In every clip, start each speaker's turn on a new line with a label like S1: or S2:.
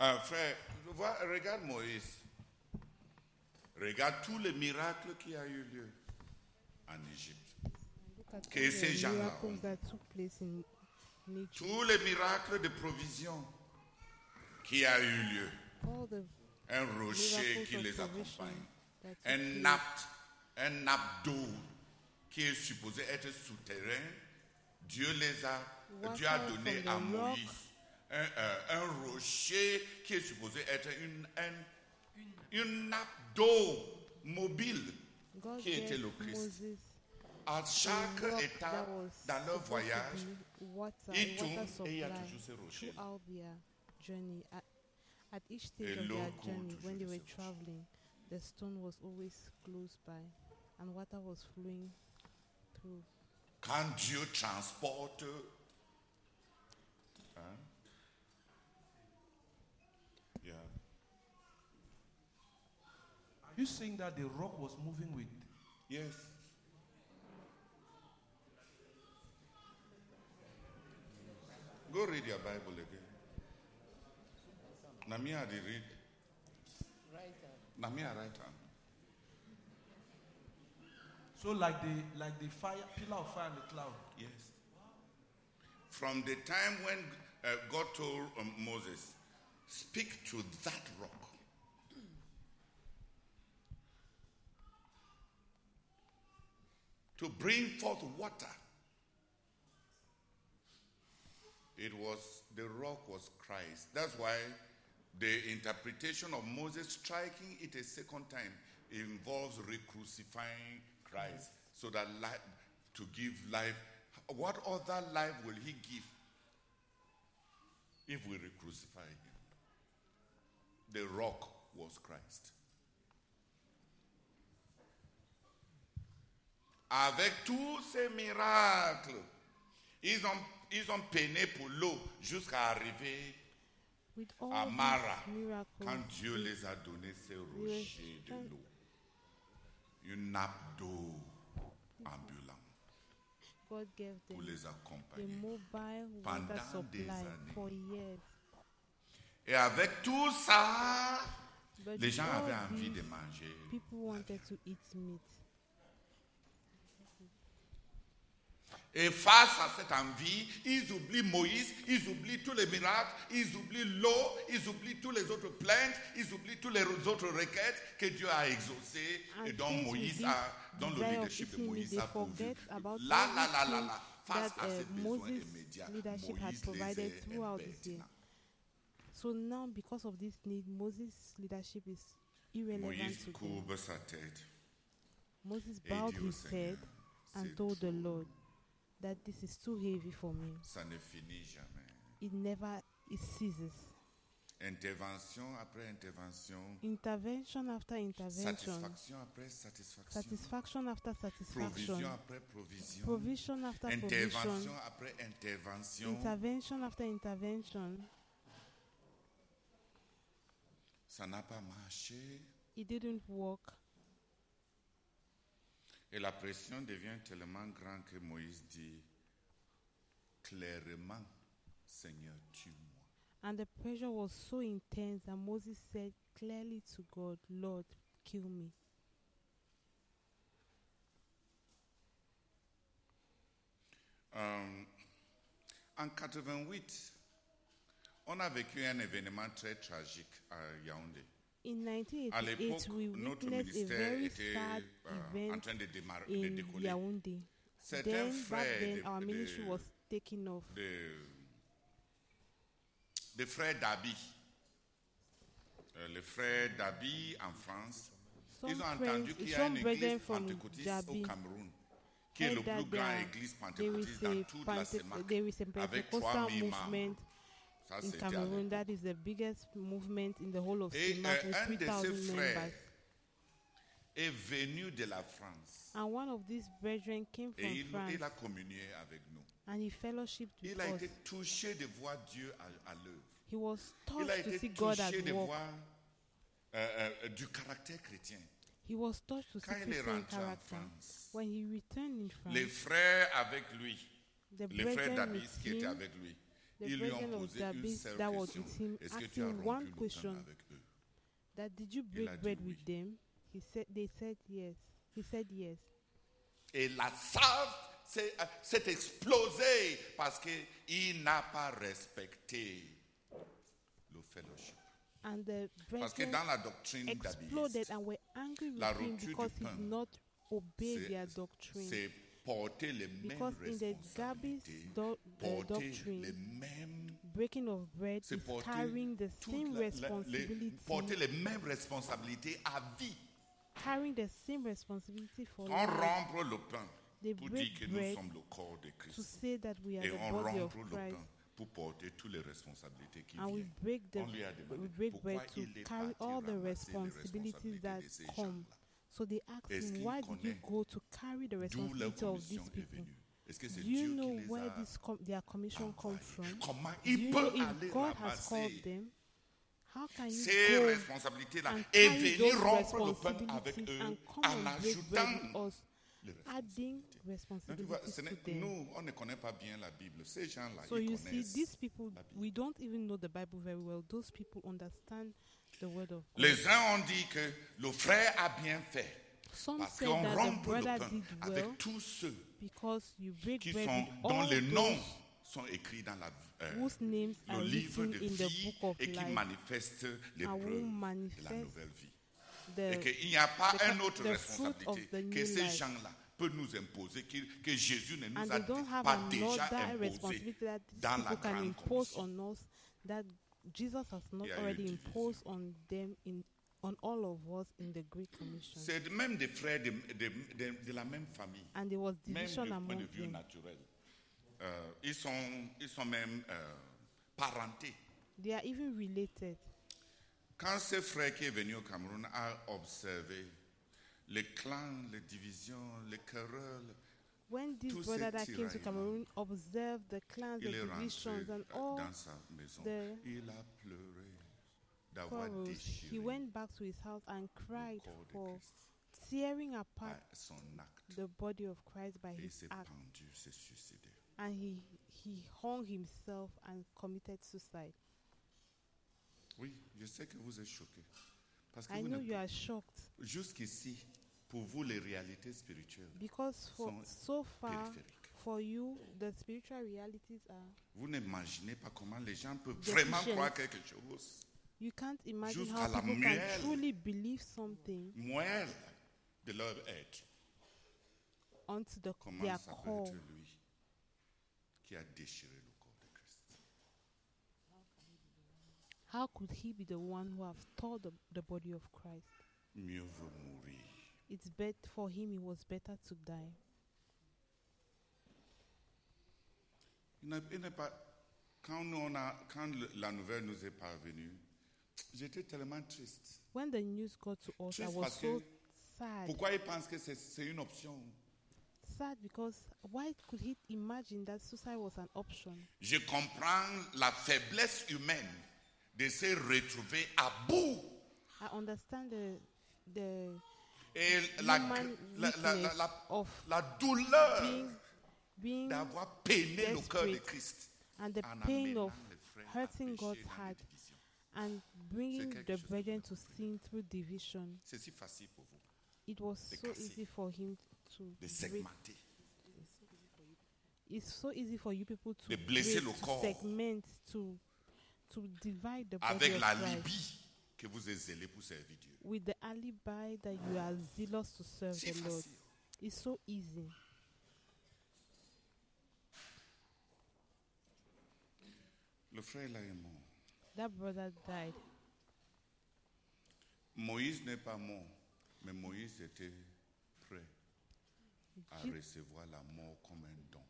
S1: Euh, frère, vois, regarde Moïse. Regarde tous les miracles qui a eu lieu en Égypte.
S2: Look at
S1: Okay,
S2: all
S1: say
S2: the
S1: Jean now.
S2: miracles that took place in nature.
S1: Tous les miracles de provision qui a eu lieu.
S2: All the
S1: Un rocher
S2: miracles
S1: qui
S2: of
S1: les
S2: provision
S1: accompagne.
S2: that took
S1: Un
S2: place.
S1: apte, un abdo qui est supposé être souterrain. Dieu les a,
S2: Water
S1: Dieu a donné
S2: from the
S1: à
S2: rock.
S1: Moïse un, euh, un rocher qui est supposé être une, un- une nappe d'eau mobile
S2: God
S1: qui était
S2: gave
S1: le Christ.
S2: Moses
S1: À
S2: a
S1: chaque
S2: rock that
S1: étape
S2: was
S1: dans leur
S2: supposed to
S1: voyage,
S2: be water,
S1: ils
S2: water
S1: tournent et il y a
S2: supply
S1: toujours ces rochers.
S2: throughout their journey. At, at each stage
S1: Et
S2: of
S1: l'eau
S2: their
S1: coule
S2: journey,
S1: toujours
S2: when they were
S1: sur le rocher.
S2: traveling, the stone was always close by, and water was flowing through.
S1: Quand Dieu transporte, hein, yeah.
S3: Are you saying that the rock was moving with?
S1: Yes. Go read your Bible again. Nami had read. Right hand. Nami had right hand.
S3: So like the like the fire pillar of fire and the cloud.
S1: Yes. From the time when uh, God told um, Moses, speak to that rock. To bring forth water. It was, the rock was Christ. That's why the interpretation of Moses striking it a second time involves re-crucifying Christ so that life, to give life. What other life will he give if we re-crucify him? The rock was Christ. Avec tous ces miracles, ils ont, ils ont peiné pour l'eau jusqu'à arriver
S2: With all
S1: à Mara
S2: these miracles,
S1: quand Dieu les a donné ces rochers de l'eau. Une nappe d'eau ambulante
S2: God gave
S1: pour
S2: them
S1: les
S2: the
S1: accompagner.
S2: mobile water
S1: Pendant des
S2: supply
S1: années.
S2: for years.
S1: Et avec tout ça,
S2: But
S1: les gens
S2: all
S1: avaient envie
S2: these
S1: de manger.
S2: People wanted to eat meat.
S1: Et face à cette envie, ils oublient Moïse, ils oublient tous les miracles, ils oublient l'eau, ils oublient tous les autres plaintes, ils oublient toutes les autres requêtes que Dieu a exaucées et
S2: And
S1: dont
S2: faced with
S1: Moïse
S2: this
S1: a, dont le
S2: desire of
S1: leadership de
S2: eating,
S1: Moïse
S2: they
S1: a pourvu.
S2: forget about
S1: Là, là, là, là, là,
S2: everything
S1: face à
S2: that,
S1: ces
S2: uh,
S1: besoins
S2: Moses'
S1: immédiats,
S2: leadership had
S1: Moïse les
S2: provided
S1: est
S2: throughout his day.
S1: impertinent.
S2: So now, because of this need, Moses' leadership is irrelevant
S1: Moïse
S2: to them.
S1: courbe sa tête.
S2: Moses
S1: et
S2: bowed
S1: dit au
S2: his head
S1: Seigneur, c'est
S2: and told the
S1: trop.
S2: Lord that this is too heavy for me.
S1: Ça ne finit jamais.
S2: It never it ceases.
S1: Intervention après intervention,
S2: Intervention after intervention,
S1: satisfaction après satisfaction,
S2: satisfaction after satisfaction,
S1: provision après provision.
S2: provision after provision,
S1: Intervention après intervention,
S2: intervention after intervention.
S1: ça n'a pas marché
S2: It didn't work.
S1: et la pression devient tellement grande que Moïse dit clairement, Seigneur, tue-moi.
S2: And the pressure was so intense that Moses said clearly to God, Lord, kill me.
S1: Euh, en 88, on a vécu un événement très tragique à Yaoundé.
S2: In
S1: À l'époque,
S2: 1988, we
S1: notre
S2: witnessed a
S1: ministère
S2: very
S1: était
S2: sad
S1: euh, en
S2: event
S1: train de, démar- de
S2: in
S1: décoller.
S2: Yaoundé.
S1: Certains
S2: Then, back
S1: frères
S2: then,
S1: de-
S2: our
S1: de-
S2: ministry was taking off.
S1: de- des frères d'Abi. Euh, les frères d'Abi en France,
S2: Some
S1: ils ont
S2: friends,
S1: entendu qu'il y a
S2: some
S1: une église
S2: brethren from
S1: pentecôtiste au
S2: Jabi
S1: Cameroun, qui est le
S2: heard that
S1: plus grand
S2: there-
S1: église
S2: there is
S1: pentecôtiste dans
S2: a
S1: toute la
S2: Pente-
S1: CEMAC,
S2: there is a
S1: avec 3
S2: Pentecostal
S1: 000
S2: movement
S1: membres. Ça,
S2: in
S1: c'était à
S2: Cameroon.
S1: l'époque.
S2: That is the biggest movement in the whole of
S1: Et
S2: CEMAC
S1: euh,
S2: with
S1: un de ses
S2: 3,000
S1: frères
S2: members.
S1: est venu de la France
S2: And one of these brethren came from
S1: et il,
S2: France
S1: il a communié avec nous.
S2: and he fellowshiped with
S1: Il a
S2: us.
S1: été touché de voir Dieu à, à l'œuvre.
S2: He was
S1: Il a
S2: touched to see
S1: été
S2: God
S1: touché
S2: at
S1: de
S2: work.
S1: voir euh, euh, du caractère chrétien.
S2: He was touched to see
S1: Quand il est
S2: Christian
S1: rentré en
S2: character.
S1: France,
S2: When he returned in France,
S1: les frères avec lui,
S2: Ah. the
S1: les frères
S2: brethren
S1: d'Abis
S2: with
S1: qui étaient
S2: him,
S1: avec lui,
S2: The
S1: Ils lui ont
S2: brethren of
S1: posé une
S2: Jabez
S1: seule
S2: that was
S1: question.
S2: with him
S1: Est-ce que
S2: asked
S1: tu as
S2: him
S1: rompu
S2: one
S1: le
S2: question
S1: pain avec eux
S2: that did you
S1: a
S2: break
S1: dit
S2: bread
S1: oui.
S2: with them? He said they said yes. He said yes.
S1: Et la salve s'est euh, s'est explosée parce qu'il n'a pas respecté le fellowship.
S2: And the
S1: Parce que
S2: brethren
S1: dans la doctrine
S2: exploded
S1: d'Abiyest,
S2: and were angry with
S1: La
S2: him
S1: rupture du
S2: because he did
S1: pain,
S2: not obey
S1: c'est-
S2: their doctrine.
S1: c'est porter les mêmes
S2: Because in the Gabby's
S1: responsabilités,
S2: doc- uh,
S1: porter
S2: doctrine,
S1: les mêmes
S2: Breaking of bread
S1: c'est
S2: is
S1: porter
S2: carrying the
S1: toute la-
S2: same
S1: la- les-
S2: responsibility,
S1: porter les mêmes responsabilités à vie.
S2: carrying the same responsibility for
S1: On
S2: life,
S1: rompre le pain
S2: Oh, They
S1: pour
S2: break
S1: dire que
S2: bread
S1: nous sommes le corps de
S2: to
S1: Christ.
S2: say that we are
S1: Et
S2: the
S1: on
S2: body of
S1: rompre le
S2: Christ,
S1: pain pour porter toutes les responsabilités qui
S2: and we
S1: viennent.
S2: break the
S1: on lui a demandé
S2: we break bread
S1: pourquoi
S2: to
S1: il est
S2: carry
S1: parti
S2: all the
S1: ramasser les
S2: responsibilities
S1: responsabilités
S2: that
S1: de ces
S2: come.
S1: gens-là.
S2: So they ask
S1: Est-ce
S2: him,
S1: qu'il
S2: "Why did you
S1: connaît
S2: go to carry the
S1: D'où la
S2: responsibility of
S1: commission
S2: these
S1: est
S2: people?
S1: venue. Est-ce que c'est
S2: Do
S1: Dieu
S2: you
S1: qui
S2: know
S1: les
S2: where
S1: a
S2: this com- their commission come
S1: envoyés
S2: from?
S1: Comment
S2: Do
S1: il
S2: you know
S1: peut aller
S2: if God has called
S1: ramasser
S2: them? How can you
S1: ces
S2: go
S1: responsabilités-là
S2: and
S1: et
S2: carry
S1: venir
S2: those
S1: rompre le pain avec
S2: responsibilities
S1: eux
S2: and come
S1: en
S2: and break bread with
S1: ajoutant
S2: us,
S1: les
S2: adding
S1: responsabilités. Non, tu vois,
S2: responsibilities
S1: ce n'est-
S2: to them?"
S1: nous, on ne connaît pas bien la Bible. Ces gens-là,
S2: So
S1: ils
S2: you see,
S1: connaissent.
S2: these people,
S1: la Bible.
S2: we don't even know the Bible very well. Those people understand the word of God.
S1: Les uns ont dit que le frère a bien fait
S2: Some
S1: parce
S2: said
S1: qu'on
S2: that the
S1: rompt le
S2: brother
S1: pain
S2: did well
S1: avec tous ceux
S2: because you break
S1: qui
S2: bread
S1: sont
S2: with
S1: dont
S2: all
S1: les noms
S2: those
S1: sont écrits dans la, euh,
S2: whose names are
S1: le livre
S2: written
S1: de
S2: in the
S1: vie
S2: book
S1: et
S2: of
S1: qui
S2: life,
S1: manifestent les
S2: and who
S1: preuves de la
S2: manifest
S1: nouvelle vie. Et
S2: the
S1: qu'il n'y a pas
S2: the-
S1: une autre
S2: the fruit of
S1: responsabilité
S2: the
S1: que
S2: new
S1: ces
S2: life.
S1: gens-là peuvent nous imposer, qu'il- que, Jésus ne
S2: and
S1: nous
S2: they
S1: a
S2: don't have
S1: pas déjà
S2: another
S1: imposé
S2: responsibility that these
S1: dans la
S2: people can
S1: grande
S2: impose
S1: commission.
S2: on us that Jesus has not
S1: Et à
S2: already
S1: l'utiliser.
S2: imposed on them in on all of us in the Great Commission.
S1: C'est même des frères de, de- de- de la même famille,
S2: And there was
S1: même du
S2: division
S1: point
S2: among
S1: de vue
S2: them.
S1: naturel. Euh, ils, sont, ils sont même euh, parentés.
S2: They are even related.
S1: Quand ce frère qui est venu au Cameroun a observé les clans, les divisions, les querelles,
S2: When this
S1: Tous ces
S2: brother that came to
S1: tiraillements,
S2: Cameroon observed the clans, the
S1: il est rentré
S2: divisions, and all
S1: dans sa maison.
S2: the
S1: Il a pleuré d'avoir
S2: quarrels, he
S1: déchiré
S2: went back to his house and cried
S1: corps de
S2: for
S1: Christ.
S2: tearing apart
S1: à son acte.
S2: the body of Christ by
S1: Et il
S2: his
S1: s'est
S2: act.
S1: pendu, s'est suicidé.
S2: And he, he hung himself and committed suicide.
S1: Oui, je sais que vous êtes choqués. Parce que
S2: I
S1: vous
S2: know
S1: ne-
S2: you are shocked
S1: jusqu'ici, pour vous, les réalités spirituelles,
S2: because for
S1: Sont
S2: so far,
S1: périphériques.
S2: for you, the spiritual realities are.
S1: vous n'imaginez pas comment les gens peuvent
S2: Des
S1: vraiment
S2: visions.
S1: croire quelque chose.
S2: You can't imagine
S1: Jusqu'à
S2: how
S1: la
S2: people can
S1: muelle.
S2: truly believe something
S1: Moelle de leur être.
S2: onto the,
S1: Comment
S2: their
S1: ça peut
S2: core.
S1: être lui qui a déchiré le corps de Christ
S2: How could he be the one who have tore the, the body of Christ?
S1: Mieux vaut mourir.
S2: It's bet for him it was better to die.
S1: Il n'a- il n'est pas. Quand, nous, on a, quand le- la nouvelle nous est parvenue, j'étais tellement triste.
S2: When the news got to us, I
S1: Triste
S2: was
S1: parce que-
S2: so sad.
S1: Pourquoi ils pensent que c'est- c'est une option
S2: Sad because why could he imagine that suicide was an option?
S1: Je comprends la faiblesse humaine de se retrouver à bout.
S2: I understand the the
S1: Et la,
S2: human
S1: la,
S2: weakness
S1: la- la- la-
S2: of
S1: la douleur
S2: being, being
S1: d'avoir peiné le cœur de
S2: desperate
S1: Christ
S2: and the
S1: en
S2: pain
S1: amenant
S2: of
S1: les frères à
S2: hurting
S1: pécher dans
S2: God's
S1: les
S2: heart
S1: divisions.
S2: and bringing
S1: quelque
S2: the
S1: chose de
S2: brethren to sin through division.
S1: C'est si facile pour vous
S2: It was
S1: de
S2: so
S1: casser,
S2: easy for him to
S1: de
S2: break
S1: segmenter.
S2: it's so easy for you people to,
S1: De blesser
S2: break,
S1: le
S2: to
S1: corps.
S2: segment, to to divide the body
S1: Avec
S2: of
S1: la
S2: Christ
S1: Libye que vous êtes zélé pour servir Dieu.
S2: with the alibi that you are zealous to serve
S1: C'est
S2: the Lord.
S1: facile.
S2: It's so easy.
S1: Le frère là est mort.
S2: That brother died.
S1: Moïse n'est pas mort, mais Moïse était prêt à
S2: Je-
S1: recevoir la mort comme un don.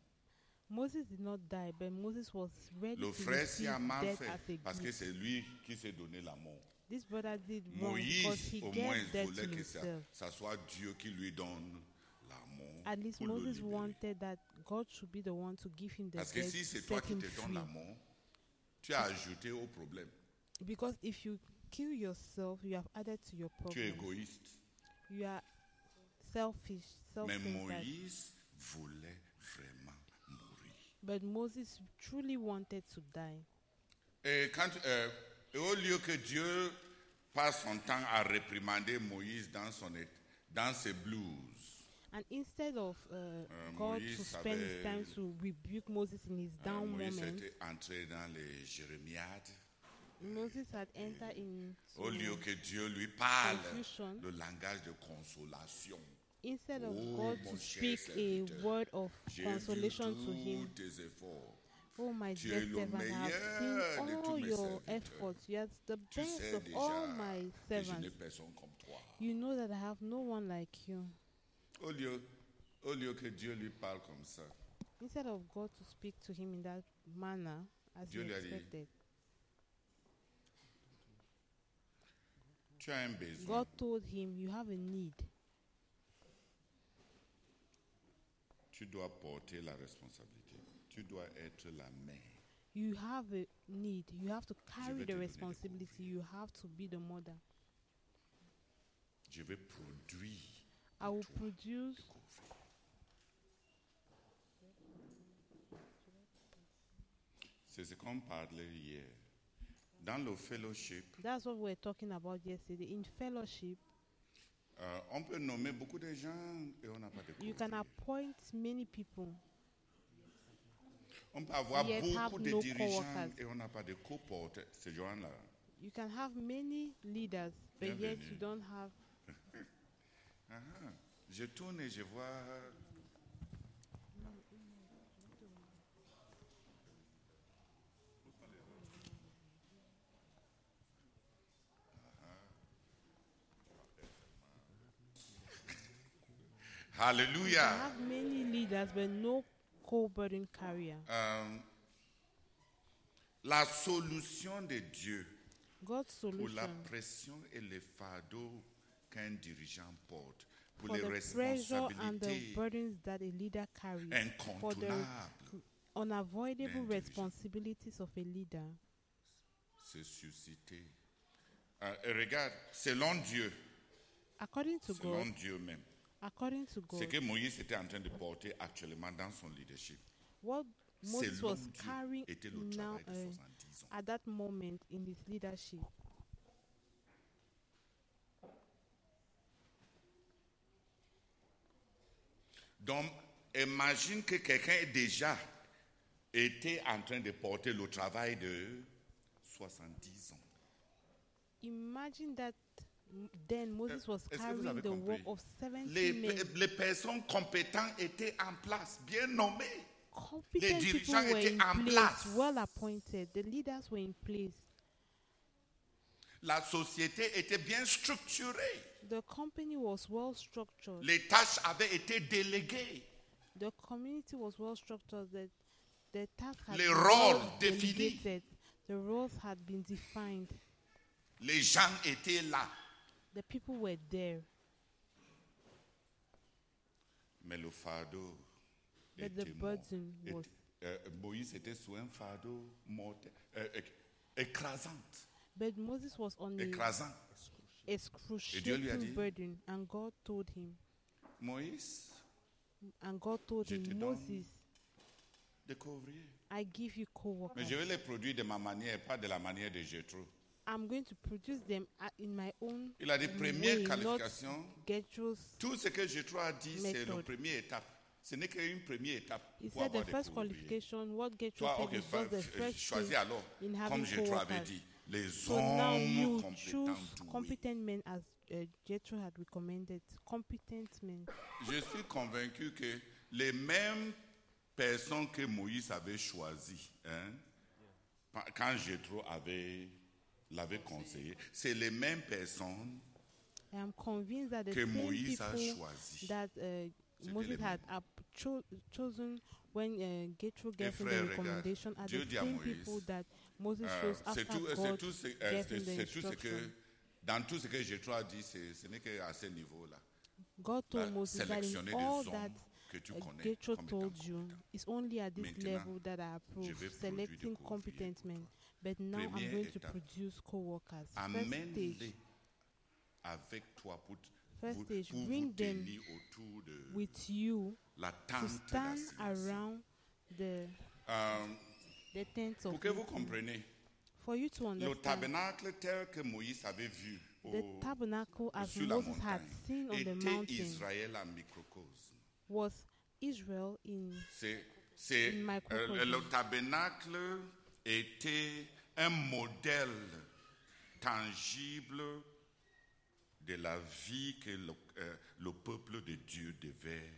S2: Moses did not die, but Moses was ready
S1: Le
S2: to
S1: frère s'y
S2: receive
S1: a mal
S2: death
S1: fait
S2: as a gift.
S1: parce que c'est lui qui s'est donné la mort.
S2: This brother did wrong because
S1: Moïse,
S2: he
S1: au moins,
S2: gave death to
S1: voulait que ça,
S2: himself.
S1: ça soit Dieu qui lui donne la mort.
S2: At least
S1: pour le
S2: Moses
S1: libérer.
S2: wanted that God should be the one to give him the
S1: Parce
S2: death,
S1: que si c'est toi
S2: set
S1: qui
S2: him
S1: te donnes
S2: free.
S1: la mort, tu as ajouté au problème.
S2: Because if you kill yourself, you have added to your
S1: Tu es
S2: problem.
S1: égoïste.
S2: You are selfish,
S1: Mais
S2: self-centered.
S1: Moïse voulait vraiment mourir.
S2: But Moses truly wanted to die.
S1: Et quand, euh, et au lieu que Dieu passe son temps à réprimander Moïse dans, son, é- dans ses blues,
S2: And instead of uh, God to
S1: Moïse
S2: spend his time
S1: avait-
S2: to rebuke Moses in his
S1: euh,
S2: down
S1: Moïse
S2: moment,
S1: était entré dans les Jérémiades.
S2: Moses had entered in
S1: Au lieu que Dieu lui parle
S2: Confusion.
S1: le langage de consolation.
S2: instead of
S1: Oh,
S2: God
S1: mon
S2: to
S1: cher
S2: speak a
S1: serviteur,
S2: word of
S1: J'ai vu
S2: consolation to
S1: tous
S2: him.
S1: tes efforts.
S2: Oh my
S1: Tu
S2: dear
S1: es le
S2: servant, I
S1: meilleur de
S2: have seen
S1: tous
S2: all
S1: mes
S2: your
S1: serviteurs.
S2: efforts. You are the
S1: Tu
S2: best
S1: sais
S2: of
S1: déjà
S2: all my
S1: que je n'ai
S2: servants.
S1: personne comme toi.
S2: You know that I have no one like you.
S1: Au lieu, au lieu que Dieu lui parle comme ça,
S2: Instead of God to speak to him in that manner as
S1: Dieu
S2: he
S1: lui a dit,
S2: expected,
S1: tu as un besoin.
S2: God told him, You have a need.
S1: Tu dois porter la responsabilité. Tu dois être la mère.
S2: You have a need. You have to
S1: vais
S2: carry
S1: te
S2: the
S1: donner le
S2: responsibility.
S1: produit.
S2: You have to be the mother.
S1: Je vais produire.
S2: I will produce.
S1: C'est ce qu'on parlait hier. Dans le fellowship,
S2: That's what we were talking about yesterday. In fellowship,
S1: euh, on peut nommer beaucoup de gens et on n'a pas de
S2: you
S1: couvert.
S2: can appoint many people.
S1: On peut avoir
S2: yet have
S1: beaucoup de
S2: no
S1: dirigeants
S2: co-workers.
S1: et on n'a pas de co-porteurs. Ces gens-là,
S2: You can have many leaders, but yet
S1: Bienvenue.
S2: you don't have.
S1: Ah, ah. je tourne et je vois. Ah,
S2: You can
S1: ah. Alléluia.
S2: have many leaders, but no co-burden carrier.
S1: Euh, la solution de Dieu
S2: God's
S1: pour la
S2: solution
S1: pression et le fardeau qu'un dirigeant porte, pour
S2: for
S1: les
S2: the pressure and the
S1: responsabilités
S2: burdens that a leader carries, for the
S1: incontournables,
S2: unavoidable
S1: Intelligent.
S2: responsibilities of a leader,
S1: se susciter. Euh, et regarde, selon Dieu,
S2: according to
S1: selon
S2: God,
S1: Dieu même,
S2: according
S1: ce
S2: to God,
S1: que Moïse était en train de porter actuellement dans son leadership,
S2: what
S1: c'est
S2: Moses was
S1: l'homme Dieu
S2: carrying
S1: était le
S2: now
S1: travail de
S2: uh,
S1: 70 ans.
S2: at that moment in his leadership.
S1: Donc, imagine que quelqu'un ait déjà été en train de porter le travail de 70 ans.
S2: Imagine that m- then Moses was
S1: est-ce que vous
S2: carrying
S1: avez
S2: the work
S1: compris?
S2: of 70
S1: Les,
S2: men.
S1: les personnes compétentes étaient en place, bien nommées.
S2: Competent people
S1: dirigeants
S2: were
S1: étaient
S2: in
S1: en
S2: place,
S1: place.
S2: well appointed. The leaders were in place.
S1: La société était bien structurée.
S2: The company was well structured.
S1: Les tâches avaient été déléguées.
S2: The community was well structured. The, the task had
S1: Les
S2: been
S1: rôles
S2: well
S1: définis.
S2: delegated. The roles had been defined.
S1: Les gens étaient là.
S2: The people were there.
S1: Mais le fardeau
S2: But
S1: était
S2: the
S1: mort.
S2: burden
S1: Était-
S2: was-
S1: euh, Moïse était sous un fardeau mortel, euh, éc- écrasante,
S2: But Moses was on a
S1: écrasant. lui a
S2: excruciating
S1: dit-
S2: burden, and God told him,
S1: Moïse,
S2: and God told
S1: Je te
S2: him,
S1: donne-
S2: Moses,
S1: découvrir.
S2: I give you
S1: Mais
S2: co-workers.
S1: je vais les produire de ma manière, pas de la manière de Jétro.
S2: I'm going to produce them a- in my own
S1: Il a dit
S2: way,
S1: première
S2: not
S1: qualification.
S2: Gertrude's.
S1: Tout ce que Jétro a dit, c'est la
S2: Méthode.
S1: première étape. Ce n'est qu'une première étape
S2: He
S1: pour
S2: said the
S1: avoir des
S2: first
S1: courriers.
S2: qualification, what Gertrude
S1: Toi,
S2: said
S1: ok,
S2: is
S1: fa-
S2: just the
S1: f-
S2: first
S1: choisis
S2: thing
S1: alors,
S2: in
S1: comme
S2: having
S1: Jétro avait
S2: co-workers.
S1: dit, les
S2: So now
S1: hommes
S2: you
S1: compétents.
S2: choose
S1: doués.
S2: competent men as uh, Jethro had recommended. Competent men.
S1: Je suis convaincu que les mêmes personnes que Moïse avait choisies, hein, pa- quand Jétro avait l'avait conseillé, c'est les mêmes personnes
S2: I am convinced that the
S1: que
S2: same
S1: Moïse a
S2: people
S1: choisies.
S2: that uh,
S1: les
S2: Moses had
S1: mêmes.
S2: up cho- chosen when uh, Jethro gave
S1: Eh, frère,
S2: him the
S1: regarde,
S2: recommendation are
S1: Dieu
S2: the
S1: dit à
S2: same
S1: Moïse,
S2: people that Moses
S1: Euh,
S2: chose
S1: C'est
S2: after
S1: tout, euh, c'est
S2: God
S1: tout, ce- euh,
S2: gave
S1: c'est-
S2: him the
S1: c'est tout ce que,
S2: instruction.
S1: dans tout ce que Jétro a dit, c'est- ce n'est qu'à ce niveau-là.
S2: God
S1: Là,
S2: told Moses that
S1: sélectionner
S2: in
S1: des
S2: all
S1: hommes
S2: that
S1: que tu
S2: uh,
S1: connais
S2: Jethro
S1: comme étant
S2: told you,
S1: compétents.
S2: it's only at this
S1: Maintenant,
S2: level that I
S1: vais
S2: approve,
S1: produire des
S2: selecting
S1: courriers
S2: competent
S1: pour
S2: men. But now I'm
S1: Première
S2: going to
S1: étape.
S2: produce co-workers. First stage,
S1: Amène-les avec toi pour, t-
S2: First
S1: vous-
S2: stage,
S1: pour vous
S2: bring them
S1: tenir autour de
S2: with you
S1: la
S2: to
S1: tente
S2: stand
S1: d'assignation.
S2: around the
S1: Um,
S2: des tentes
S1: pour
S2: of
S1: que vous
S2: meeting.
S1: compreniez,
S2: For you to
S1: le
S2: understand,
S1: tabernacle tel que Moïse avait vu au-
S2: the tabernacle as
S1: sur la
S2: Moses had
S1: montagne
S2: seen on the
S1: était
S2: mountain
S1: Israël en microcosme.
S2: was Israel in
S1: C'est, c'est-
S2: Une microcosme.
S1: euh, le tabernacle était un modèle tangible de la vie que le, euh, le peuple de Dieu devait.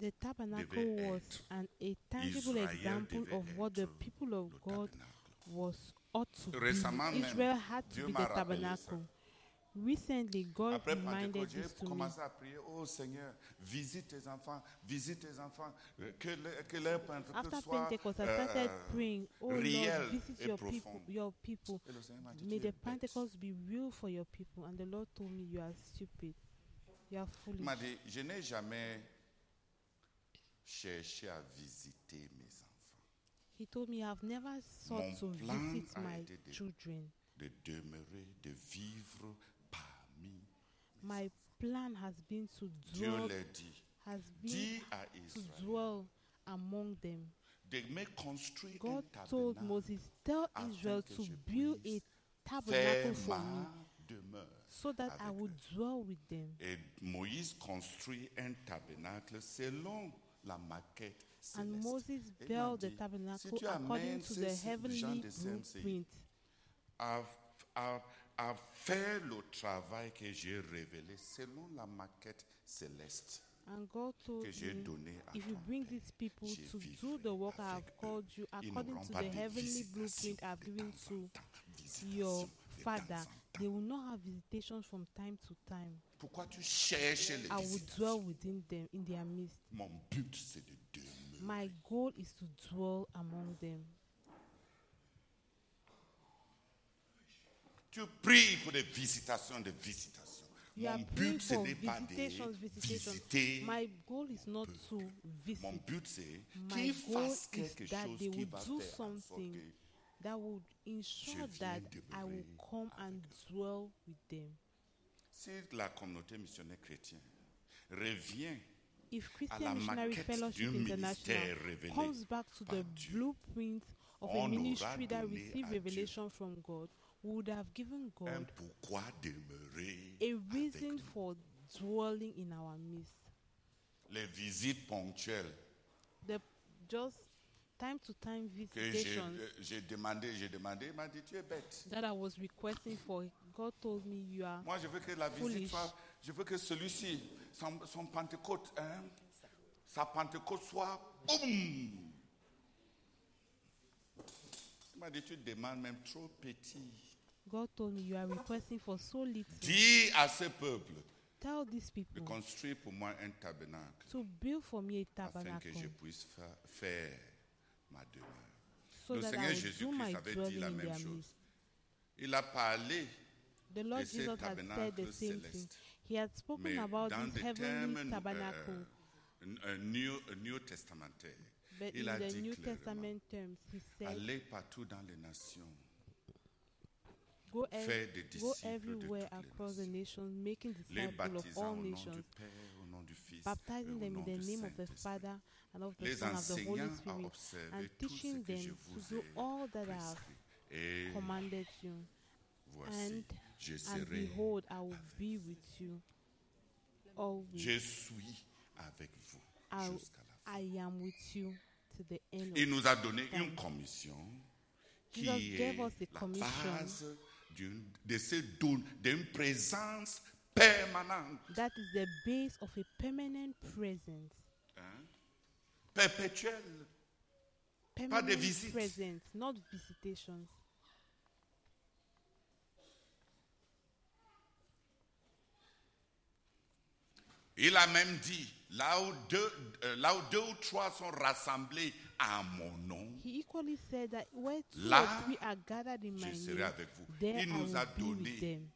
S2: the tabernacle
S1: devait
S2: was
S1: être.
S2: an, a tangible
S1: Israël
S2: example
S1: devait
S2: of what the
S1: être
S2: people
S1: le
S2: of God
S1: tabernacle.
S2: was ought to be.
S1: Récemment même,
S2: Israel had to
S1: Dieu
S2: be
S1: m'a
S2: the
S1: rappelé
S2: tabernacle. Recently, God
S1: Après
S2: reminded
S1: Pentecôte, j'ai
S2: this to me.
S1: commencé à prier, oh Seigneur, visite tes enfants, visite tes enfants, euh, que, le- que leur Pentecôte
S2: After
S1: soit
S2: Pentecost, I started
S1: euh,
S2: praying, Oh
S1: réel
S2: Lord, visit
S1: et
S2: your
S1: profond.
S2: people, your people.
S1: Et le Seigneur m'a dit,
S2: May
S1: tu es
S2: the
S1: bête.
S2: Pentecost be real for your people. And the Lord told me, You are stupid. You are
S1: Il m'a
S2: foolish.
S1: dit, je n'ai jamais cherché à visiter mes enfants,
S2: He told me, I've never
S1: Mon
S2: sought to
S1: plan
S2: visit
S1: a
S2: my
S1: été de-
S2: children.
S1: de demeurer, de vivre parmi.
S2: My plan has been to
S1: Dieu
S2: dwell,
S1: leur dit,
S2: has been
S1: dis à
S2: to
S1: Israël
S2: dwell among them.
S1: de me construire
S2: God
S1: un
S2: told
S1: tabernacle,
S2: Moses, Tell
S1: afin
S2: Israel
S1: que
S2: to
S1: je
S2: build a
S1: puisse
S2: tabernacle
S1: faire
S2: for me
S1: ma demeure.
S2: so that I
S1: avec
S2: will dwell with them.
S1: Et Moïse construit un tabernacle selon la maquette
S2: And
S1: céleste.
S2: Moses
S1: Et il m'a
S2: built the
S1: dit,
S2: tabernacle
S1: si tu
S2: according
S1: amènes
S2: to
S1: ces
S2: the
S1: gens
S2: heavenly
S1: de CMCI
S2: blueprint
S1: à, à- à faire le travail que j'ai révélé selon la maquette céleste
S2: And God told
S1: que j'ai
S2: me,
S1: donnée à
S2: if you
S1: ton
S2: bring
S1: père,
S2: these people
S1: je
S2: to do
S1: vivrai
S2: the work I
S1: avec
S2: have called you
S1: Ils
S2: according
S1: n'auront
S2: to
S1: pas
S2: the
S1: de
S2: heavenly
S1: visitation
S2: blueprint
S1: de
S2: I've given
S1: temps en
S2: to
S1: temps, visitation
S2: your
S1: de temps en
S2: father,
S1: temps.
S2: they will not have visitations from time to time.
S1: Pourquoi tu cherches les
S2: I will dwell
S1: visitations
S2: within them, in their midst.
S1: Mon but, c'est de demeurer.
S2: My goal is to dwell among them.
S1: Tu pries pour des visitations, des visitations. Mon
S2: You are praying
S1: but, ce
S2: for
S1: n'est pas
S2: visitations,
S1: de
S2: visitations.
S1: visiter.
S2: My goal is not to visit.
S1: Mon but, c'est
S2: My
S1: qu'ils
S2: goal
S1: fassent
S2: is
S1: quelque
S2: that
S1: chose
S2: they
S1: qui
S2: will
S1: va
S2: do
S1: faire en sorte
S2: something
S1: que
S2: that would ensure
S1: viens
S2: that I will
S1: demeurer
S2: come and dwell with them.
S1: Si la communauté missionnaire chrétienne revient
S2: If
S1: la
S2: Christian Missionary
S1: maquette
S2: Fellowship
S1: du
S2: International
S1: ministère révélé
S2: comes back to
S1: par
S2: the
S1: Dieu,
S2: blueprint of
S1: on aura
S2: a ministry that
S1: donné à
S2: received
S1: Dieu
S2: revelation from God, we would have given
S1: un
S2: God
S1: pourquoi demeurer,
S2: a
S1: avec
S2: reason
S1: nous.
S2: for dwelling in our midst.
S1: les visites ponctuelles
S2: The just time to time
S1: que j'ai
S2: visitations
S1: euh, j'ai demandé, j'ai demandé, il m'a dit tu es bête.
S2: that I was requesting for, God told me you are
S1: Moi je veux que la visite
S2: Foolish.
S1: soit, je veux que celui-ci, son, son Pentecôte, hein, sa Pentecôte soit boum. Il m'a dit tu demandes même trop petit.
S2: God told me you are requesting for so little.
S1: Dis à ce peuple
S2: Tell these
S1: de
S2: people
S1: construire pour moi un tabernacle.
S2: to build for me a
S1: afin que
S2: tabernacle
S1: je puisse fa- faire ma demeure.
S2: so
S1: Le
S2: that
S1: Seigneur
S2: I will do
S1: Jésus-Christ
S2: my
S1: avait dit
S2: dwelling
S1: la
S2: in
S1: même
S2: their
S1: chose.
S2: midst.
S1: Il a parlé,
S2: The Lord
S1: ce
S2: Jesus had said
S1: tabernacle
S2: the same thing.
S1: céleste.
S2: He had spoken
S1: mais
S2: about
S1: dans
S2: this
S1: des termes
S2: heavenly
S1: euh,
S2: tabernacle,
S1: n- euh, new- new testamentaires.
S2: but in
S1: Il a
S2: the
S1: dit
S2: New
S1: clairement,
S2: Testament terms, he said,
S1: allez partout dans les nations.
S2: "Go, ev-
S1: faites des
S2: go
S1: disciples de
S2: everywhere
S1: toutes les
S2: across the
S1: nations.
S2: nations, making
S1: Les
S2: disciples of
S1: baptisant
S2: all
S1: au nom du
S2: nations,
S1: Père, au nom du Fils, et au
S2: baptizing them
S1: nom
S2: in the
S1: du
S2: name of the
S1: Saint-Esprit.
S2: Father and of the
S1: Les
S2: Son and of the Holy
S1: enseignant à
S2: Spirit, and
S1: observer tout ce
S2: teaching
S1: que je
S2: them to
S1: vous
S2: do
S1: ai
S2: all that I have
S1: prescrit. Et
S2: commanded you.
S1: voici,
S2: and-
S1: je
S2: And
S1: serai,
S2: behold, I will be with you always.
S1: je suis avec vous
S2: I,
S1: jusqu'à la fin.
S2: I am with you to the end.
S1: Il
S2: Of
S1: nous a donné
S2: Amen.
S1: une commission qui
S2: Jesus
S1: est
S2: gave us a
S1: la
S2: commission.
S1: base d'une- de ce don, d'une présence permanente,
S2: that is the base of a permanent presence.
S1: hein, perpétuelle.
S2: Permanent
S1: visites.
S2: presence, not visitations.
S1: Il a même dit, là où deux, euh, là où deux ou trois sont rassemblés à mon nom,
S2: He equally said that where two
S1: Là,
S2: or three are gathered in my
S1: je
S2: name,
S1: serai avec vous.
S2: there
S1: Il
S2: I
S1: nous a
S2: will be with
S1: donné
S2: them.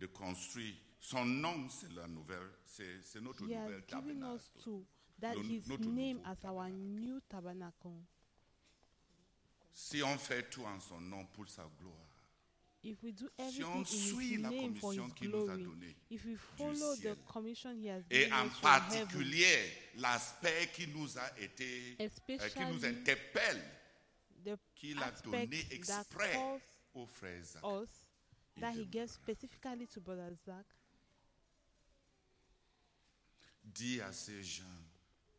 S1: de construire. Son nom, c'est la nouvelle, c'est c'est notre
S2: He has
S1: nouvelle
S2: given us
S1: tabernacle.
S2: two, that
S1: Le-
S2: his
S1: notre
S2: name
S1: nouveau
S2: as our new tabernacle.
S1: Si on fait tout en son nom pour sa gloire,
S2: If we do
S1: Si
S2: everything
S1: on
S2: in
S1: suit
S2: His
S1: la
S2: name for His
S1: commission qu'il nous a
S2: glory,
S1: donnée
S2: if we follow the
S1: ciel,
S2: commission He has
S1: et
S2: given
S1: en
S2: us from heaven,
S1: particulier l'aspect qui nous a été, euh, qui nous
S2: especially
S1: interpelle,
S2: the
S1: qu'il a
S2: aspect
S1: donné
S2: that
S1: exprès
S2: calls
S1: aux frères. Zach.
S2: us, that He
S1: Évidemment.
S2: gave specifically to Brother Zach,
S1: Dis à ces gens,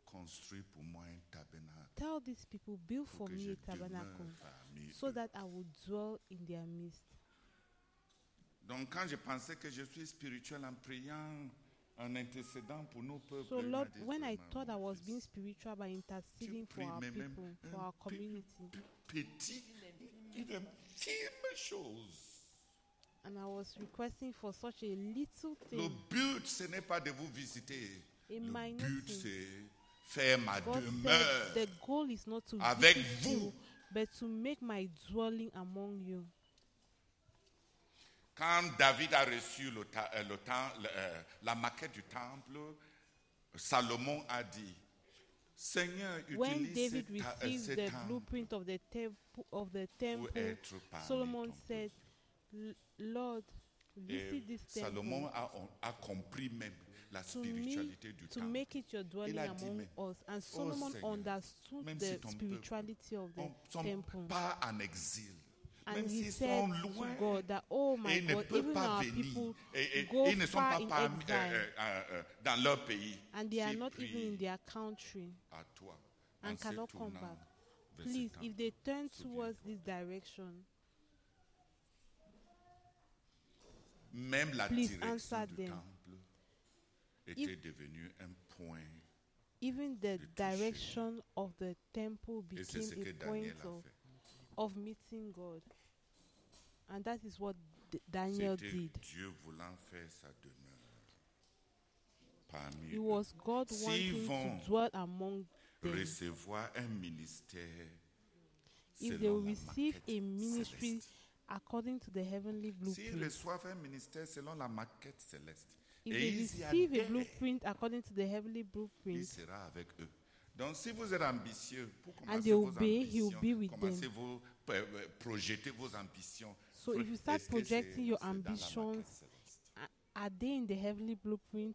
S1: construis pour moi un tabernacle
S2: tell these people, build
S1: pour
S2: for
S1: que je
S2: me a
S1: demeure
S2: tabernacle,
S1: parmi
S2: so
S1: eux.
S2: that I will dwell in their midst.
S1: Donc quand je pensais que je suis spirituel en priant, en intercédant pour nos peuples,
S2: So
S1: il m'a
S2: Lord,
S1: dit,
S2: when I
S1: vraiment,
S2: thought I
S1: mon
S2: was
S1: fils,
S2: being spiritual by interceding for
S1: pries
S2: our
S1: même un-
S2: people, for
S1: un
S2: our
S1: peu-
S2: community,
S1: petit, une infime chose.
S2: and I was requesting for such a little
S1: Le
S2: thing,
S1: but, ce n'est pas de vous visiter.
S2: a
S1: Le
S2: minor
S1: but,
S2: thing.
S1: c'est faire ma
S2: God
S1: demeure.
S2: said, the goal is not to
S1: avec
S2: visit
S1: vous."
S2: you, but to make my dwelling among you.
S1: Quand David a reçu le ta- euh, le tem- le, euh, la maquette du temple, Salomon a dit, Seigneur,
S2: When
S1: utilise
S2: David
S1: ce ta- euh,
S2: received
S1: ce
S2: the
S1: temple
S2: blueprint of the temple of the temple,
S1: être parmi
S2: Solomon
S1: ton
S2: said, "L- Lord,
S1: Et
S2: visit this
S1: Salomon
S2: temple
S1: a, a compris même la
S2: to, me,
S1: spiritualité du
S2: to
S1: temple.
S2: make it your dwelling
S1: a dit
S2: among
S1: même,
S2: us." And Solomon
S1: Seigneur,
S2: understood
S1: même si
S2: the
S1: ton peuple-
S2: spirituality of
S1: On
S2: the
S1: ne
S2: temple.
S1: pas en exil.
S2: And
S1: même
S2: he
S1: s'ils
S2: said
S1: sont
S2: to
S1: loin,
S2: God that, oh
S1: et
S2: my
S1: ils ne
S2: God,
S1: peuvent
S2: even
S1: pas
S2: our
S1: venir.
S2: people
S1: Et, et-
S2: go
S1: ils ne sont
S2: far
S1: pas
S2: in
S1: parmi- euh,
S2: exile.
S1: euh, euh, euh, dans leur pays.
S2: and they are
S1: S'ils
S2: not even
S1: prient
S2: in their country
S1: à toi,
S2: and
S1: en se
S2: cannot come
S1: tournant
S2: back.
S1: vers ce
S2: Please, if
S1: temple.
S2: they turn
S1: souviens-toi.
S2: towards this direction,
S1: Même la
S2: please
S1: direction
S2: answer
S1: du
S2: them.
S1: temple était devenue un point.
S2: even the
S1: toucher.
S2: direction of the temple
S1: Et c'est
S2: became
S1: ce que
S2: a point
S1: Daniel a
S2: of,
S1: fait.
S2: of meeting God. And that is what D- Daniel
S1: C'était
S2: did.
S1: Dieu voulant faire sa demeure parmi
S2: It
S1: eux.
S2: was God
S1: S'ils
S2: wanting
S1: vont
S2: to dwell among them.
S1: Recevoir un ministère
S2: If they
S1: selon la
S2: receive
S1: maquette
S2: a ministry
S1: céleste.
S2: according to the heavenly
S1: S'ils
S2: blueprint,
S1: reçoivent un ministère selon la maquette céleste,
S2: if
S1: et
S2: they
S1: ils y
S2: receive a
S1: adhèrent,
S2: blueprint according to the heavenly
S1: il
S2: blueprint,
S1: sera avec eux. Donc, si vous êtes ambitieux, pour
S2: And
S1: commencer
S2: they
S1: vos
S2: obey, he will be
S1: ambitions,
S2: with
S1: commencez vos, euh, euh, projetez vos ambitions.
S2: So if you start
S1: Est-ce que c'est-
S2: projecting your
S1: c'est dans la maquette
S2: ambitions,
S1: céleste?
S2: a- are they in the heavenly blueprint?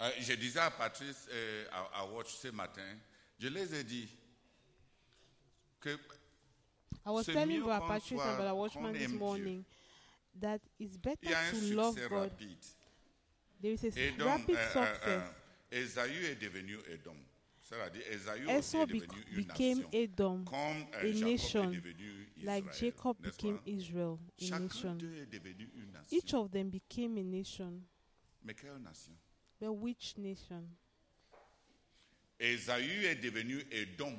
S1: Euh, je disais à Patrice et à, à Watch ce matin, je les ai dit que
S2: I was
S1: C'est
S2: telling
S1: mieux
S2: Brother
S1: qu'on
S2: Patrice
S1: soit-
S2: and Brother
S1: qu'on
S2: Watchman
S1: aime
S2: this
S1: Dieu.
S2: morning that it's
S1: il y a
S2: better
S1: un
S2: to love
S1: succès
S2: God.
S1: rapide.
S2: There is a s-
S1: Et donc,
S2: rapid
S1: euh, euh,
S2: success.
S1: euh, Esaü est devenu Edom. C'est-à-dire, Esaü aussi
S2: Esau
S1: est
S2: bec-
S1: devenu une
S2: became
S1: nation.
S2: Edom,
S1: Comme euh,
S2: a
S1: Jacob
S2: nation,
S1: est devenu Israël.
S2: like Jacob
S1: n'est-ce
S2: became
S1: pas?
S2: Israel, a
S1: Chacun
S2: nation.
S1: d'eux est devenu une nation.
S2: Each of them became a nation.
S1: Mais quelle nation
S2: But which nation?
S1: Esaü est devenu Edom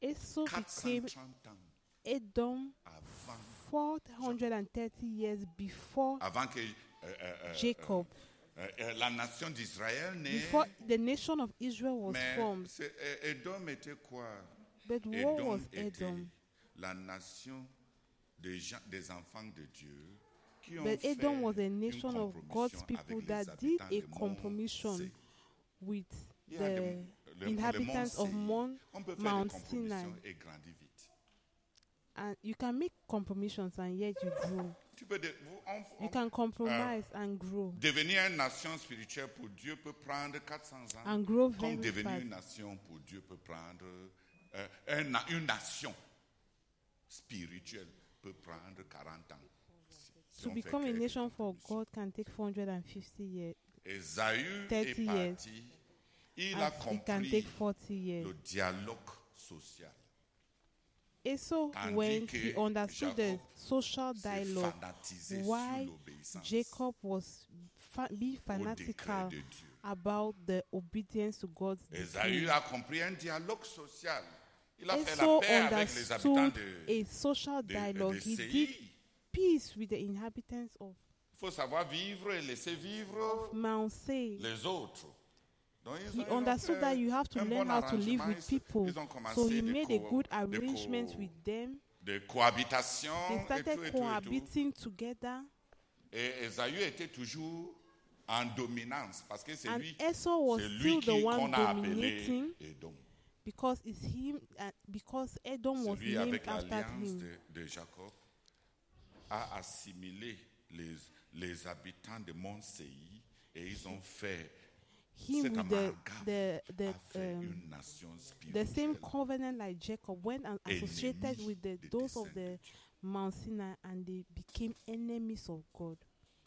S2: Esau became
S1: 430 ans
S2: Edom
S1: avant,
S2: 430 years before
S1: avant que euh, euh, euh,
S2: Jacob,
S1: euh, euh, la nation d'Israël n'ait.
S2: before the nation of Israel was
S1: Mais
S2: formed.
S1: c'est- euh, Edom était quoi
S2: But what was
S1: Edom était
S2: Edom?
S1: la nation des, gens, des enfants de Dieu qui ont
S2: But
S1: fait
S2: Edom was a
S1: une
S2: nation of God's
S1: compromission
S2: people
S1: avec
S2: that
S1: les
S2: did
S1: habitants
S2: a
S1: de Mont
S2: compromission
S1: Seir.
S2: with
S1: Il y a
S2: the
S1: des- le- le
S2: inhabitants
S1: Mont
S2: of
S1: Seir.
S2: Mount,
S1: On peut faire des
S2: Mount Sinai.
S1: compromissions et grandir vite.
S2: And you can make compromisions and yet you grow.
S1: Tu peux de- vous- on-
S2: You
S1: on-
S2: can compromise and grow
S1: devenir une nation spirituelle pour Dieu peut prendre 400 ans.
S2: and grow
S1: Comme
S2: very
S1: devenir
S2: fast.
S1: une nation pour Dieu peut prendre euh, un na- une nation spirituelle peut prendre 40 ans. Si
S2: To
S1: on fait
S2: become a
S1: quelques
S2: nation for
S1: compromissions.
S2: God can take 450 years.
S1: Esaü
S2: 30
S1: est
S2: years.
S1: parti. Il a
S2: And it can
S1: compris
S2: take 40 years.
S1: le dialogue social.
S2: Esau
S1: Tandis
S2: went,
S1: que
S2: he understood the
S1: Jacob
S2: social
S1: C'est
S2: dialogue,
S1: fanatisé
S2: why
S1: sur l'obéissance
S2: Jacob was fa-
S1: au
S2: being
S1: décret
S2: fanatical
S1: de Dieu.
S2: about the obedience to God's
S1: Esaü
S2: decree.
S1: a compris un dialogue social. Il a fait la
S2: Esau
S1: paix avec les habitants
S2: understood
S1: de,
S2: a social
S1: de-
S2: dialogue.
S1: de
S2: He
S1: Séi.
S2: did peace with the inhabitants of
S1: Il faut savoir vivre et laisser vivre
S2: Mount Seir.
S1: les autres. Donc, ils
S2: He
S1: ont- ils ont
S2: understood
S1: fait
S2: that you have to
S1: un
S2: learn
S1: bon
S2: how to live
S1: arrangement.
S2: with
S1: Ils-
S2: people.
S1: ils ont commencé
S2: So he
S1: des
S2: made a
S1: co-
S2: good
S1: des co-
S2: arrangement with them.
S1: de cohabitation
S2: They
S1: et tout, et
S2: started
S1: tout, et tout.
S2: cohabiting together.
S1: Et Esaü était toujours en dominance parce que c'est
S2: And
S1: lui,
S2: Esau was
S1: c'est lui
S2: still the
S1: qui-
S2: one
S1: qu'on a appelé
S2: dominating.
S1: Edom.
S2: because it's him and because Edom was
S1: Celui
S2: named
S1: avec
S2: after
S1: l'alliance
S2: him.
S1: de, de Jacob a assimilé les, les habitants de Mont Séhi et ils ont fait
S2: Him
S1: cet
S2: with the
S1: amalgame
S2: the
S1: a
S2: the
S1: fait
S2: um,
S1: une nation
S2: the
S1: spirituelle.
S2: same covenant like Jacob went and
S1: Ennemis
S2: associated with the
S1: des
S2: those of
S1: descendants de
S2: the Mount Sinai and they became enemies of God,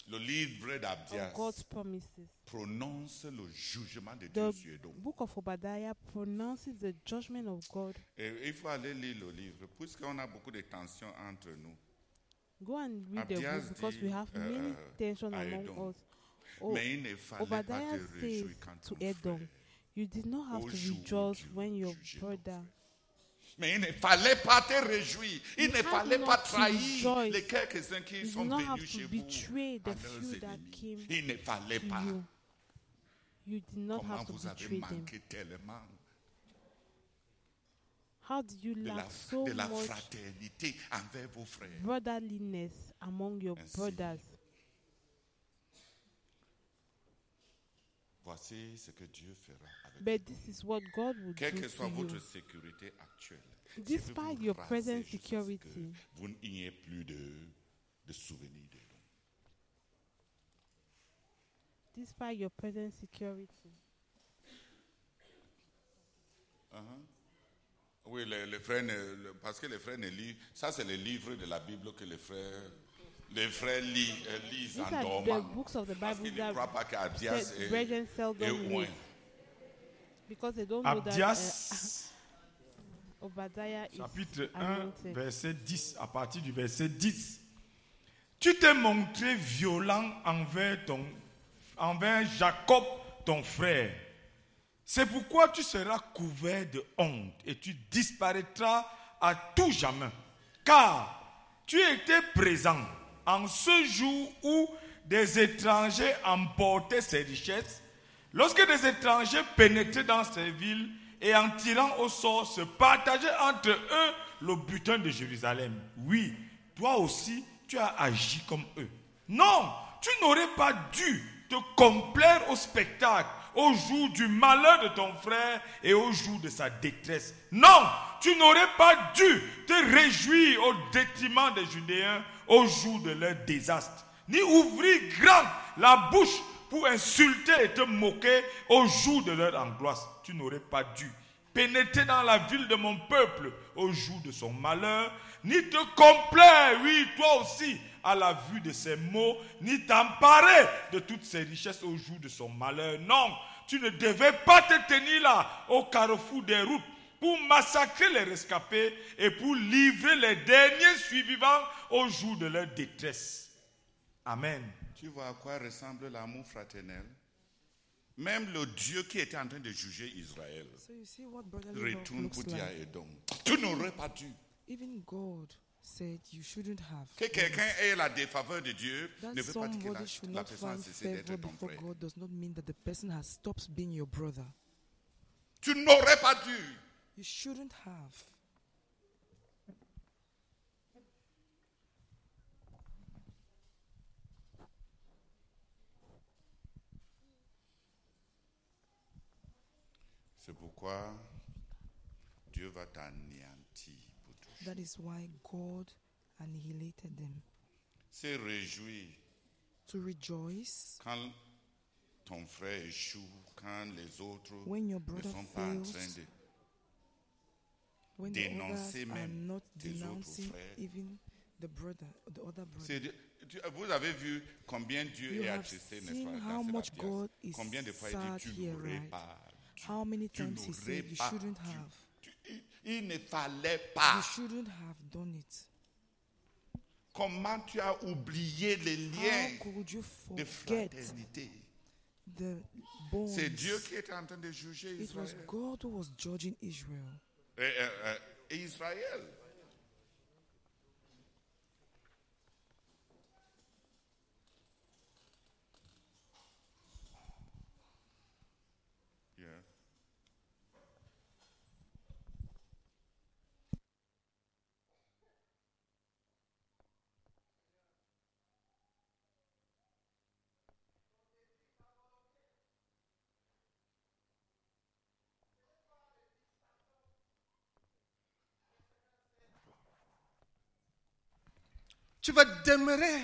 S1: Le livre d'Abdias
S2: of God's promises.
S1: prononce le jugement de Dieu
S2: The
S1: sur Edom.
S2: book of Obadiah pronounces the judgment of God.
S1: Et il faut aller lire le livre, puisqu'on a beaucoup de tensions entre nous.
S2: Go and read the book
S1: Abdias
S2: because
S1: dit,
S2: we have many
S1: euh,
S2: tension
S1: à
S2: among
S1: Edom.
S2: us. Oh,
S1: Mais il ne fallait pas
S2: Obadiah
S1: te
S2: says
S1: réjouir quand ton
S2: to
S1: frère.
S2: Edom, You did not have
S1: Au
S2: to
S1: jour où
S2: rejoice
S1: Dieu
S2: when your
S1: jugera ton
S2: brother.
S1: Mais il ne fallait pas te réjouir. Il
S2: You
S1: ne
S2: have
S1: fallait
S2: not
S1: pas
S2: to
S1: trahir
S2: rejoice.
S1: les quelques-uns qui
S2: You
S1: sont
S2: do not have
S1: venus
S2: to
S1: chez vous.
S2: betray the
S1: à
S2: few
S1: leurs
S2: that
S1: ennemis.
S2: came
S1: Il ne fallait
S2: to
S1: pas.
S2: you. You did not
S1: Comment
S2: have to
S1: "Ah." vous avez
S2: betray them.
S1: manqué tellement
S2: How did you
S1: de la,
S2: lack so
S1: de la
S2: much
S1: fraternité envers vos frères.
S2: brotherliness among your
S1: Ainsi.
S2: brothers?
S1: Voici ce que Dieu fera avec vous.
S2: But this is what God will
S1: Quelle
S2: do
S1: que
S2: to
S1: soit
S2: you.
S1: votre sécurité actuelle, je vais
S2: Despite
S1: vous
S2: your
S1: raser
S2: present
S1: jusqu'à ce que
S2: security.
S1: vous n'ayez plus de, de souvenirs de nous.
S2: Despite your present security.
S1: Oui, les, les frères, ne- le- parce que les frères ne lisent, ça c'est les livres de la Bible que les frères, les frères lisent, euh, lisent
S2: These
S1: en
S2: are the
S1: dormant.
S2: books of the
S1: Parce
S2: Bible
S1: qu'ils ne
S2: that
S1: croient pas qu'Abdias
S2: said
S1: est,
S2: brethren seldom
S1: est
S2: read
S1: loin.
S2: because they don't know that uh,
S4: Abdias,
S2: Obadiah is
S4: chapitre 1,
S2: anointed.
S4: verset 10, à partir du verset 10. Tu t'es montré violent envers, ton, envers Jacob, ton frère. C'est pourquoi tu seras couvert de honte et tu disparaîtras à tout jamais. Car tu étais présent en ce jour où des étrangers emportaient ses richesses, lorsque des étrangers pénétraient dans ces villes et en tirant au sort se partageaient entre eux le butin de Jérusalem. Oui, toi aussi, tu as agi comme eux. Non, tu n'aurais pas dû te complaire au spectacle, au jour du malheur de ton frère et au jour de sa détresse. Non, tu n'aurais pas dû te réjouir au détriment des Judéens au jour de leur désastre, ni ouvrir grand la bouche pour insulter et te moquer au jour de leur angoisse. Tu n'aurais pas dû pénétrer dans la ville de mon peuple au jour de son malheur, ni te complaire, oui, toi aussi, à la vue de ses maux, ni t'emparer de toutes ses richesses au jour de son malheur. Non, tu ne devais pas te tenir là, au carrefour des routes, pour massacrer les rescapés et pour livrer les derniers survivants au jour de leur détresse. Amen.
S1: Tu vois à quoi ressemble l'amour fraternel Même le Dieu qui était en train de juger Israël
S5: So you see what brotherly love
S1: retourne pour
S5: looks
S1: dire à
S5: like.
S1: Edom, tu n'aurais pas dû.
S5: Even God said you shouldn't have.
S1: Que quelqu'un ait la défaveur de Dieu
S5: That
S1: ne veut pas dire que la,
S5: somebody should
S1: la
S5: not
S1: personne a
S5: find
S1: cessé
S5: favor
S1: d'être ton
S5: before
S1: frère.
S5: God does not mean that the person has stopped being your brother.
S1: Tu n'aurais pas dû.
S5: You shouldn't have.
S1: C'est pourquoi Dieu va t'anéantir pour toujours.
S5: That is why God annihilated them.
S1: Se réjouir
S5: To rejoice
S1: quand ton frère échoue, quand les autres
S5: When your
S1: ne
S5: brother
S1: sont pas en train
S5: fails,
S1: de...
S5: when the others
S1: Dénoncer
S5: are
S1: même
S5: not
S1: tes autres
S5: denouncing
S1: frères.
S5: even the brother, the other brother.
S1: C'est de- tu- vous avez vu combien Dieu
S5: You
S1: est
S5: have
S1: attristé, n'est-ce
S5: seen
S1: pas,
S5: how
S1: dans cette
S5: much
S1: abdiace.
S5: God is
S1: Combien de fois il
S5: sad
S1: dit, tu
S5: here,
S1: n'aurais
S5: right?
S1: pas dû.
S5: How many
S1: Tu
S5: times he
S1: n'aurais
S5: said you
S1: pas
S5: shouldn't
S1: dû. Ah!
S5: have.
S1: Tu- il- il ne fallait
S5: You
S1: pas.
S5: shouldn't have done it.
S1: Comment tu as oublié les
S5: How
S1: liens
S5: could you
S1: de
S5: forget
S1: fraternité
S5: the bonds?
S1: C'est Dieu qui est en train de juger
S5: It was
S1: Israël.
S5: God who was judging Israel.
S1: Euh, euh, euh, et Israël. Yeah.
S6: Tu vas demeurer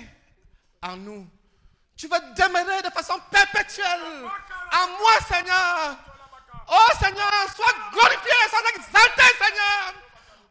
S6: en nous. Tu vas demeurer de façon perpétuelle en moi, Seigneur. Oh Seigneur, sois glorifié, sois exalté, Seigneur.